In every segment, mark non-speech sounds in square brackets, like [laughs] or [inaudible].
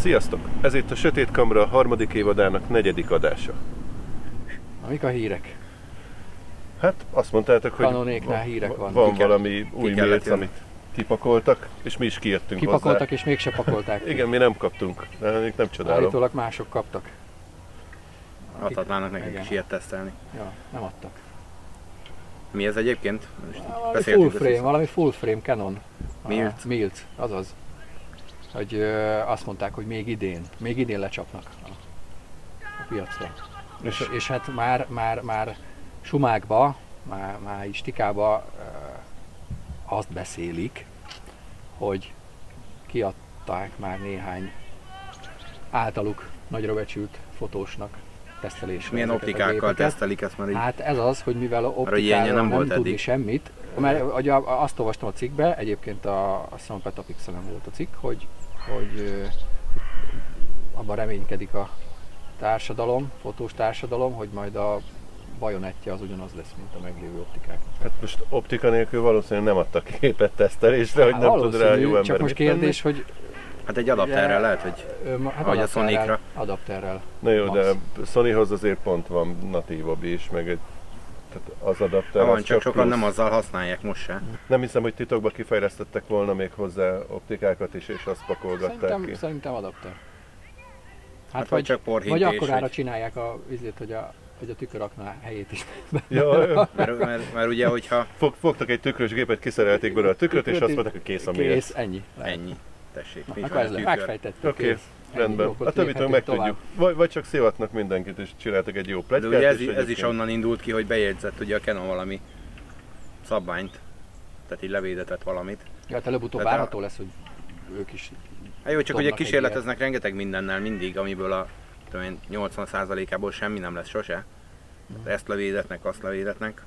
Sziasztok! Ez itt a Sötét Kamra harmadik évadának negyedik adása. Na, mik a hírek? Hát azt mondtátok, hogy Kanonéknál hírek van, vannak. van Ki valami új kellett mérc, jönni. amit kipakoltak, és mi is kijöttünk Kipakoltak hozzá. és mégse pakolták. ki. Igen, mi nem kaptunk, de még nem csodálom. Állítólag mások kaptak. Adhatnának nekünk Igen. is ilyet tesztelni. Ja, nem adtak. Mi ez egyébként? Most így Valami full beszéltünk frame, össze. valami full frame Canon. A Milt. Milt, azaz. Hogy ö, azt mondták, hogy még idén, még idén lecsapnak a, a piacra. És- És, és hát már, már, már sumákba, már, már is tikába ö, azt beszélik, hogy kiadták már néhány általuk nagyra becsült fotósnak És tesztelésre. milyen ezeket a optikákkal gépeket. tesztelik ezt már így? Hát ez az, hogy mivel a hogy ilyenje optikáról nem, nem nem volt tudni eddig. semmit, mert ugye azt olvastam a cikkbe, egyébként a, a Szompet a Pixelen volt a cikk, hogy, hogy ö, abban reménykedik a társadalom, fotós társadalom, hogy majd a bajonettje az ugyanaz lesz, mint a meglévő optikák. Hát most optika nélkül valószínűleg nem adtak képet tesztelésre, hogy nem tud rá Hát valószínű, jó ember Csak most mit tenni. kérdés, hogy Hát egy adapterrel lehet, hogy ö, ma- hát Ahogy a adapterrel- Sonicra. Adapterrel. Na jó, Max. de Sonyhoz azért pont van natívabb is, meg egy tehát az adapter ha az van, csak sokan plusz. nem azzal használják most Hát se. Hát, Nem hiszem, hogy titokban kifejlesztettek volna még hozzá optikákat is, és azt pakolgatták Szerintem, ki. szerintem adapter. Hát, Hát vagy csak porhintés, Vagy akkorára vagy- csinálják a vizét, hogy a, hogy a tükörakná helyét is. Ja, jó. Mert, mert, mert ugye, [laughs] hogyha Fog, fogtak egy tükrös gépet, kiszerelték belőle a tükröt, és azt mondták, hogy kész a miért. Kész, ennyi. Lehet. ennyi, tessék, Na, nincs Akkor már ez le- tükör. megfejtettük. Oké, kész. Ennyi, Rendben. akkor A többit léphetünk meg tovább. tudjuk. Vagy, vagy csak szivatnak mindenkit, és csináltak egy jó De plegykát. ugye ez, és ez is egyébként- onnan indult ki, hogy bejegyzett ugye a Canon valami szabványt, tehát így levédetett valamit. Ja, hát előbb-utóbb Tehát a- várható lesz, hogy ők is. Hát jó, csak Dobnak ugye egy kísérleteznek rengeteg mindennel mindig, amiből a tudom én, 80%-ából semmi nem lesz sose. Tehát Mhm. Ezt levédetnek, azt levédetnek.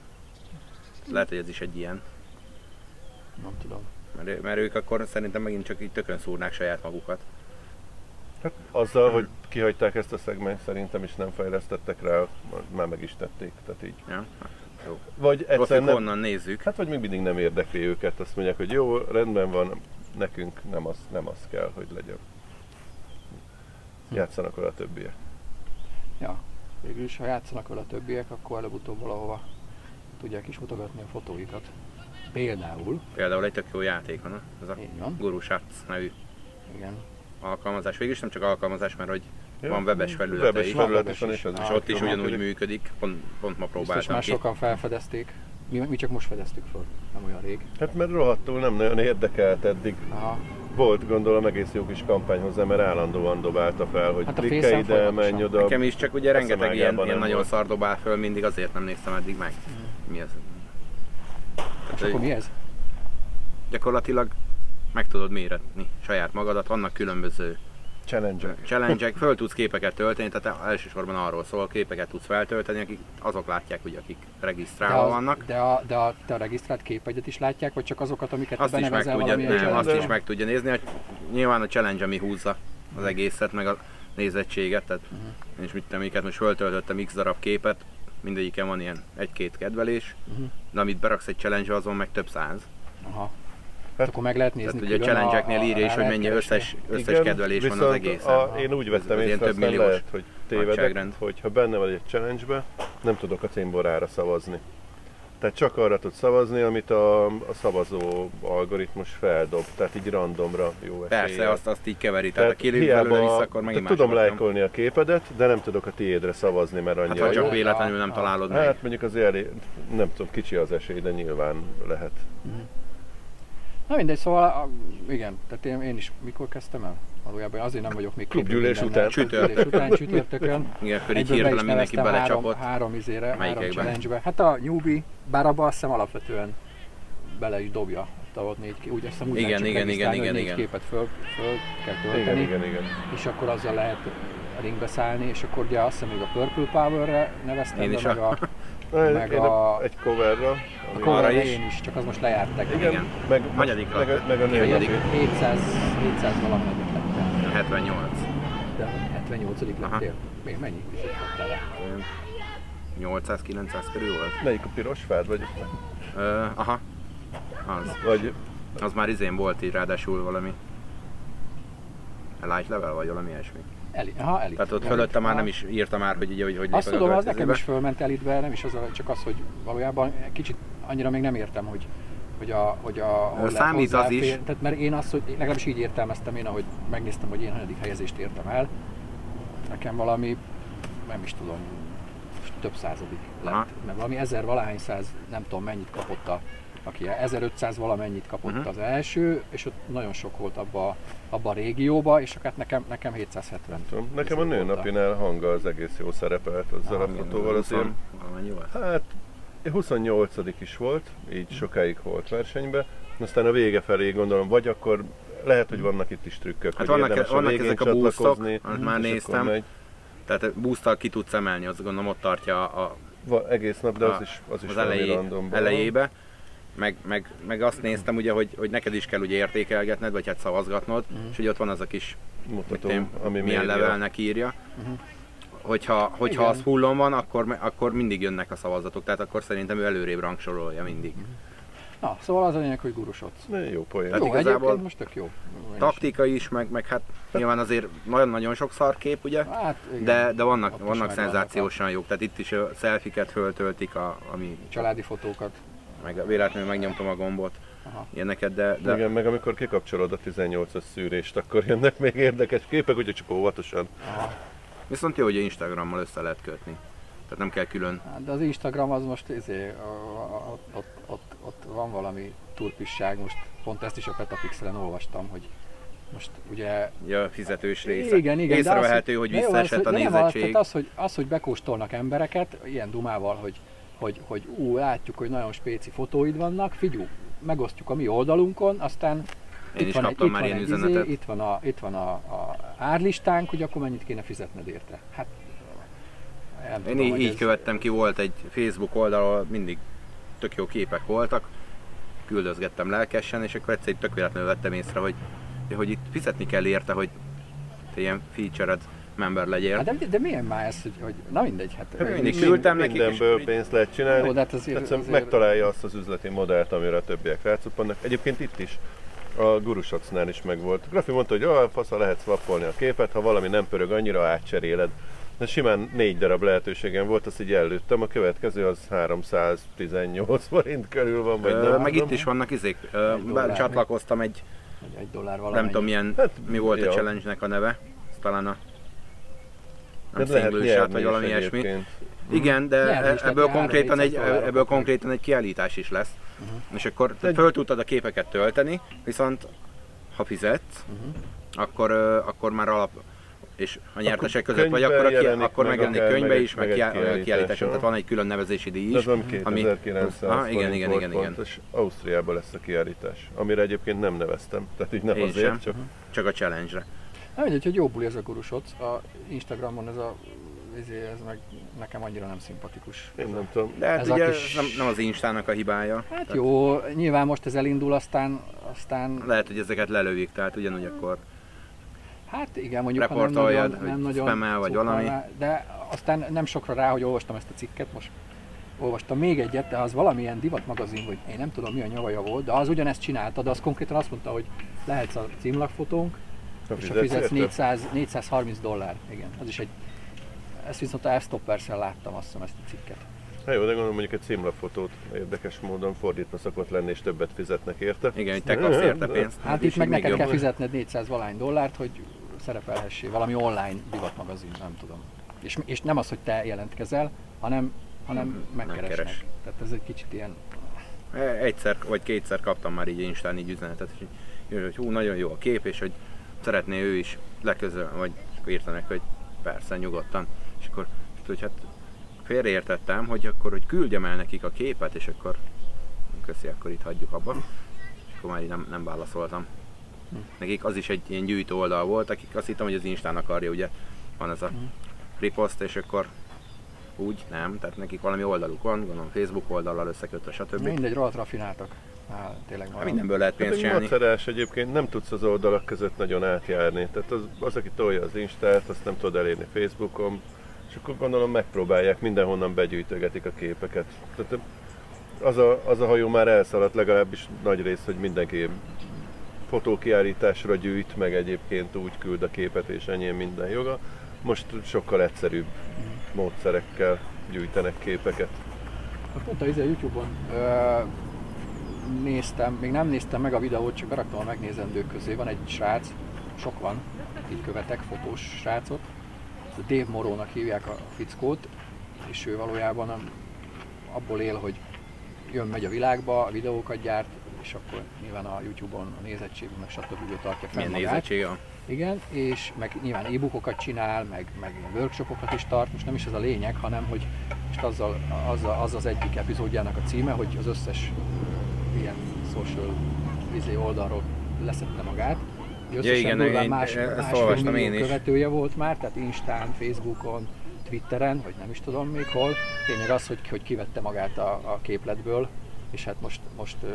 Lehet, hogy ez is egy ilyen. Nem tudom. Mert, ő- mert ők akkor szerintem megint csak így tökön szúrnák saját magukat. Hát Azzal, hogy kihagyták ezt a szegményt, szerintem is nem fejlesztettek rá, már meg is tették. Tehát így. Ja? Jó. Vagy Profik egyszerűen nem, onnan nézzük. hát vagy még mindig nem érdekli őket, azt mondják, hogy jó, rendben van, nekünk nem az, nem az kell, hogy legyen. Játszanak vele a többiek. Ja. Végül is, ha játszanak vele a többiek, akkor előbb-utóbb valahova tudják is mutogatni a fotóikat. Például, Például egy tök jó játék van, ez a így van, Guru Shots nevű igen. alkalmazás. Végülis nem csak alkalmazás, mert hogy Ja. van webes felülete Webes is, felület webes is van, is. és ez Ah, is és ott is ugyanúgy működik. működik. Pont, pont ma Biztos próbáltam már ki. sokan felfedezték. Mi, mi csak most fedeztük föl, nem olyan rég. Hát mert rohadtul nem nagyon érdekelt eddig. Aha. Volt gondolom egész jó kis kampány hozzá, mert állandóan dobálta fel, hogy Hát a klikkelj Facebookon ide, folyamatosan. menj oda. Nekem is csak ugye Azt a rengeteg ilyen, mágában ilyen nem nagyon volt. szar dobál föl, mindig azért nem néztem eddig meg. Mi ez? Tehát, És Mm. akkor hogy mi ez? Gyakorlatilag meg tudod méretni saját magadat, vannak különböző Challenge. challenge föl tudsz képeket tölteni, tehát elsősorban arról szól, képeket tudsz feltölteni, akik azok látják, hogy akik regisztrálva az- vannak. De a, de a, te a regisztrált képegyet is látják, vagy csak azokat, amiket te Azt is meg benevezel tudja, valamilyen nem, azt challenge-re? is meg tudja nézni, hogy nyilván a challenge, ami húzza Mhm. az egészet, meg a nézettséget, tehát én is mit tudom, amiket most föltöltöttem x darab képet, mindegyiken van ilyen egy-két kedvelés, Mhm. de amit beraksz egy challenge azon meg több száz. Aha. Hát, akkor meg lehet nézni Tehát ugye a külön challenge-eknél írja is, rá hogy lehet mennyi keresni. összes, összes kedvelés van az viszont egészen. A, én úgy vettem Ez- ez észre, ilyen aztán több milliós lehet, hogy tévedek, nagyságrend. hogy ha benne vagy egy challenge nem tudok a címborára szavazni. Tehát csak arra tudsz szavazni, amit a, a szavazó algoritmus feldob, tehát így randomra jó esélye. Persze, azt, azt így keveri, tehát, a kilőd belőle vissza, akkor megint tehát tudom másokat nem. lájkolni a képedet, de nem tudok a tiédre szavazni, mert Hát annyira ha jó. csak véletlenül nem Ah. találod meg. Hát mondjuk az elé, nem tudom, kicsi az esély, de nyilván lehet. Na mindegy, szóval a, igen, tehát én, én is mikor kezdtem el? Valójában én azért nem vagyok még képen Klubgyűlés mindennel. után. Klubgyűlés után, csütörtökön. Igen, akkor Egyből be így is hirtelen mindenki neveztem belecsapott. Három, három izére, három Melyikekben? challenge-be. Hát a newbie, bár abba azt hiszem alapvetően bele is dobja. Hát Ott volt négy kép, úgy azt hiszem úgy Igen, lehet csak igen, regisztrálni, igen, hogy igen, négy képet föl, föl kell tölteni. Igen, igen, igen. és akkor azzal lehet ringbe szállni, és akkor ugye azt hiszem még a Purple Power-re neveztem, Én de is meg a- [laughs] a, a Na, én- Meg én a- egy coverra. ami- cover- cover arra én is, csak az most lejártak. Igen, Igen. meg, Hanyadikra? meg, a- meg a Hanyadikra? női. Negyedik. 700, 700 valamelyik lettem, 78. de 78 Aha. lettél. Még mennyi? vizet kaptál le? 800-900 körül volt? Melyik a piros fád vagy? Ö, aha. Az. Vagy Az már izén volt így ráadásul valami. light level vagy valami ilyesmi. Eli, aha, elit. Tehát ott Elit, fölötte már aha. nem is írta már, hogy így, hogy, hogy Azt lépek tudom, az nekem következőbe. is fölment elitbe, nem is az, a- csak az, hogy valójában kicsit annyira még nem értem, hogy hogy a, hogy a hogy lehet számít az hozzáfér- is. Tehát mert én azt, hogy én legalábbis így értelmeztem én, ahogy megnéztem, hogy én hanyadik helyezést értem el. Nekem valami, nem is tudom, több századik lett. Aha. Mert valami ezer valahány száz, nem tudom mennyit kapott a, aki 1500 valamennyit kapott Mhm. az első, és ott nagyon sok volt abba, abba a régióba, és akkor hát nekem, nekem 770. Tudom, Nekem a nőnapinál hanga az egész jó szerepelt azzal a Igen, fotóval azért. huszon- Valamennyi volt. Hát 28 is volt, így sokáig volt versenybe. Aztán a vége felé gondolom, vagy akkor lehet, hogy vannak itt is trükkök, Hát hogy vannak- érdemes vannak végén ezek a boostok, csatlakozni, amit és már akkor néztem. megy. Tehát búztal ki tudsz emelni, azt gondolom ott tartja a, a Va, egész nap, de a- az is, az is az valami elejé, randomban. elejébe. Meg, meg, meg, azt néztem ugye, hogy, hogy neked is kell ugye értékelgetned, vagy hát szavazgatnod, és hogy ott van az a kis, mit Mutatom, én, ami milyen média. levelnek írja. Hogyha, hogyha Mhm. Igen. az fullon van, akkor, me- akkor mindig jönnek a szavazatok, tehát akkor szerintem ő előrébb rangsorolja Mhm. mindig. Na, szóval az a lényeg, hogy gurusodsz. Ne, Jó poén. Tehát jó, igazából- egyébként most tök jó. Én is. Taktika is, meg, meg hát nyilván azért nagyon-nagyon sok szarkép, ugye? Hát, igen. De, de Ott is vannak, vannak megvannak a- szenzációsan jók, tehát itt is a szelfiket föltöltik, a, ami Családi fotókat. meg véletlenül megnyomtam a gombot, Aha. ilyeneket, de, de De. Igen, meg amikor kikapcsolod a 18-as szűrést, akkor jönnek még érdekes képek, úgyhogy csak óvatosan. Viszont jó, hogy Instagrammal össze lehet kötni. Tehát nem kell külön. Hát, De az Instagram az most izé, a- a- ott, ott, ott, ott van valami turpisság, most pont ezt is a Petapixelen olvastam, hogy most ugye Ja, a fizetős része. Igen, igen. de Észrevehető, az, hogy de jó, az, visszaesett a hogy- de nem, az, nézettség. tehát az, hogy, az, hogy bekóstolnak embereket ilyen dumával, hogy, hogy, hogy ú, látjuk, hogy nagyon spéci fotóid vannak, figyú, megosztjuk a mi oldalunkon, aztán Én is kaptam már ilyen izé, üzenetet. itt van, a, itt van a, a árlistánk, hogy akkor mennyit kéne fizetned érte. Hát, nem Én tudom, így, hogy így ez- követtem ki, volt egy Facebook oldal, ahol mindig tök jó képek voltak, küldözgettem lelkesen, és akkor egyszer így tök véletlenül vettem észre, hogy, hogy itt fizetni kell érte, hogy te ilyen featured member legyél. Hát de, de milyen már ez, hogy, hogy na mindegy, hát... Hát mindig Mind- küldtem nekik, és Mindenből így- pénzt lehet csinálni. Jó, de hát azért- Egyszerűen azért- Megtalálja azt az üzleti modellt, amire a többiek rácuppannak. Egyébként itt is a gurusacnál is megvolt. Grafi mondta, hogy olyan fasza lehet swappolni a képet, ha valami nem pörög annyira, átcseréled. De simán négy darab lehetőségem volt, azt így előttem, a következő az 318 [laughs] forint körül van, vagy Ö, nem meg tudom. itt is vannak izék. Ö, Egy dollár. be- Csatlakoztam egy, Egy, egy dollár valami. nem tudom milyen, Hát, mi volt ja. a challenge-nek a neve, Ez talán a nem Tehát lehet single shot, nyerni vagy is valami ilyesmi. egyébként. Igen, de Lehet, hogy e- is ebből lehet, konkrétan, egy, 300 dollárra ebből kapnak. konkrétan egy kiállítás is lesz. És akkor te Egy- föl tudtad a képeket tölteni, viszont ha fizetsz, akkor, ö, akkor már alap és a nyertesek között vagy, könyvben akkor, a ki, jelenik akkor meg megjelenik akár, könyvbe meg is, egy- meg, meg egy kiá- kiállításon. kiállításon, tehát van egy külön nevezési díj Ez is. van ami- 2900 Ah, igen, forint igen, volt igen, igen. pontos. Ausztriában lesz a kiállítás, amire egyébként nem neveztem, tehát így nem Én azért, sem. Mhm. csak Csak a challenge-re. Na mindegy, hogy jó buli ez a gurusot. A Instagramon ez a izé, ez meg nekem annyira nem szimpatikus. én nem tudom. De hát Ez a ugye kis- ez nem, nem az Instának a hibája. Hát Tehát jó, nyilván most ez elindul, aztán, aztán Lehet, hogy ezeket lelövik, tehát ugyanúgy akkor hát igen, mondjuk ha nem Reportoljad, nagyon, hogy nem nagyon spamel vagy cukrál valami. rá, De aztán nem sokra rá, hogy olvastam ezt a cikket, most olvastam még egyet, de az valamilyen divatmagazin, hogy én nem tudom mi a nyavaja volt, de az ugyanezt csinálta, de az konkrétan azt mondta, hogy lehetsz a címlapfotónk, Ha és ha fizetsz érte? 400, 430 dollár. Igen, az is egy, ezt viszont a F-Stoppers-en láttam azt hiszem ezt a cikket. Hát jó, de gondolom mondjuk egy címlapfotót érdekes módon fordítva szokott lenni, és többet fizetnek érte. igen, hogy te kapsz érte pénzt. Hát Ez itt is meg még neked jobb. kell fizetned 400 valány dollárt, hogy szerepelhessé valami online divatmagazin, nem tudom. És, és nem az, hogy te jelentkezel, hanem, hanem megkeresnek. megkeres. Tehát ez egy kicsit ilyen... E, Egyszer vagy kétszer kaptam már így Instán így üzenetet, és így, hogy hú, nagyon jó a kép, és hogy szeretné ő is leközölni, vagy akkor írtanak, hogy persze, nyugodtan. És akkor, hogy hát félreértettem, hogy akkor, hogy küldjem el nekik a képet, és akkor köszi, akkor itt hagyjuk abba. És akkor már így nem, nem válaszoltam. Nekik az is egy ilyen gyűjtő oldal volt, akik azt hittem, hogy az Instán akarja, ugye van ez a riposzt, és akkor úgy, nem, tehát nekik valami oldaluk van, gondolom Facebook oldallal összekötve, stb. Mindegy, rohadt rafináltak. Hát, tényleg Hát van. mindenből lehet Hát pénzt egy csinálni. macerás egyébként, nem tudsz az oldalak között nagyon átjárni. Tehát az, az aki tolja az Instát, azt nem tudod elérni Facebookon, és akkor gondolom megpróbálják, mindenhonnan begyűjtögetik a képeket. Tehát az a, az a hajó már elszaladt legalábbis nagy rész, hogy mindenki fotókiállításra gyűjt, meg egyébként úgy küld a képet, és enyém minden joga. Most sokkal egyszerűbb módszerekkel gyűjtenek képeket. Most pont a izé YouTube-on ö, néztem, még nem néztem meg a videót, csak beraktam a megnézendők közé. Van egy srác, sok van, így követek, fotós srácot. Ez a Dave Morónak hívják a fickót, és ő valójában a- abból él, hogy jön, megy a világba, a videókat gyárt, és akkor nyilván a YouTube-on a nézettségben, meg stb. ő tartja fel Milyen magát. nézettsége van? Igen, és meg nyilván e-bookokat csinál, meg, meg ilyen workshopokat is tart, most nem is ez a lényeg, hanem hogy most azzal, azzal, az az egyik epizódjának a címe, hogy az összes ilyen social izé oldalról leszette magát. Összesen igen, durván én- más, ezt másfél olvastam millió én is. követője volt már, tehát Instán, Facebookon, Twitteren, vagy nem is tudom még hol. Tényleg az, hogy, hogy kivette magát a, a képletből, és hát most, most ö,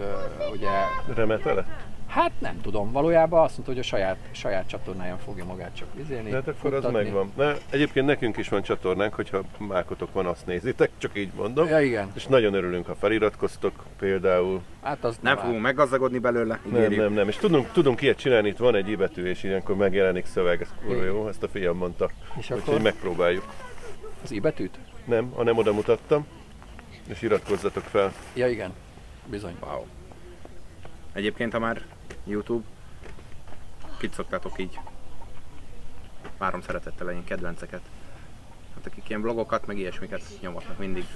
ugye Remete lett? Hát nem tudom, valójában azt mondta, hogy a saját, saját csatornáján fogja magát csak vizélni. De hát akkor az megvan. Na, egyébként nekünk is van csatornánk, hogyha mákotok van, azt nézitek, csak így mondom. Ja igen, És nagyon örülünk, ha feliratkoztok például. hát az Nem áll. fogunk meggazdagodni belőle, Nem, ígérjük. nem, nem. És tudunk, tudunk ilyet csinálni, itt van egy ibetű, és ilyenkor megjelenik szöveg, ez kurva jó, ezt a fiam mondta. És Úgyhogy akkor megpróbáljuk. az i betűt? Nem, ha nem oda mutattam. És iratkozzatok fel. Ja igen, bizony. Wow. Egyébként, ha már YouTube, kit szoktátok így? Várom szeretettel én kedvenceket. Hát akik ilyen blogokat, meg ilyesmiket nyomatnak mindig.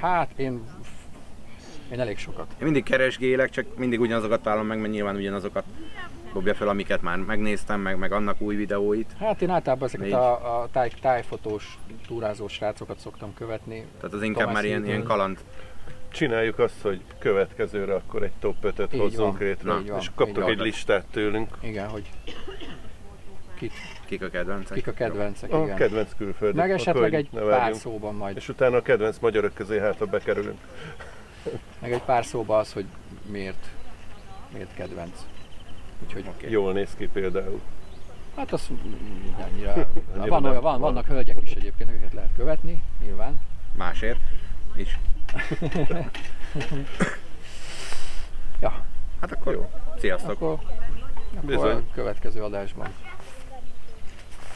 Hát én, én elég sokat. Én mindig keresgélek, csak mindig ugyanazokat találom meg, mert nyilván ugyanazokat dobja fel, amiket már megnéztem, meg, meg annak új videóit. Hát én általában ezeket Négy. a, a táj, tájfotós, túrázós srácokat szoktam követni. Tehát az inkább Thomas már ilyen, Hiddle. ilyen kaland. Csináljuk azt, hogy következőre akkor egy top 5-öt Így hozzunk van, létre. így van, És így kaptok van. egy listát tőlünk. Igen, hogy kit, Kik a kedvencek? kik a kedvencek, A hát igen. kedvenc külföldön. Meg esetleg egy pár várjunk. szóban majd, És utána a kedvenc magyarok közé hát, ha bekerülünk. meg egy pár szóban az, hogy miért, miért kedvenc. Úgyhogy Oké. Jól néz ki például. Hát az mm, annyira... Annyira van, nem. olyan, van, vannak hölgyek is egyébként, akiket lehet követni, nyilván. Másért is. Ja, Hát akkor jó. Sziasztok! akkor, akkor Bizony. a következő adásban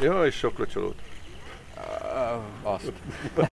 Ja, és sok locsolót. azt.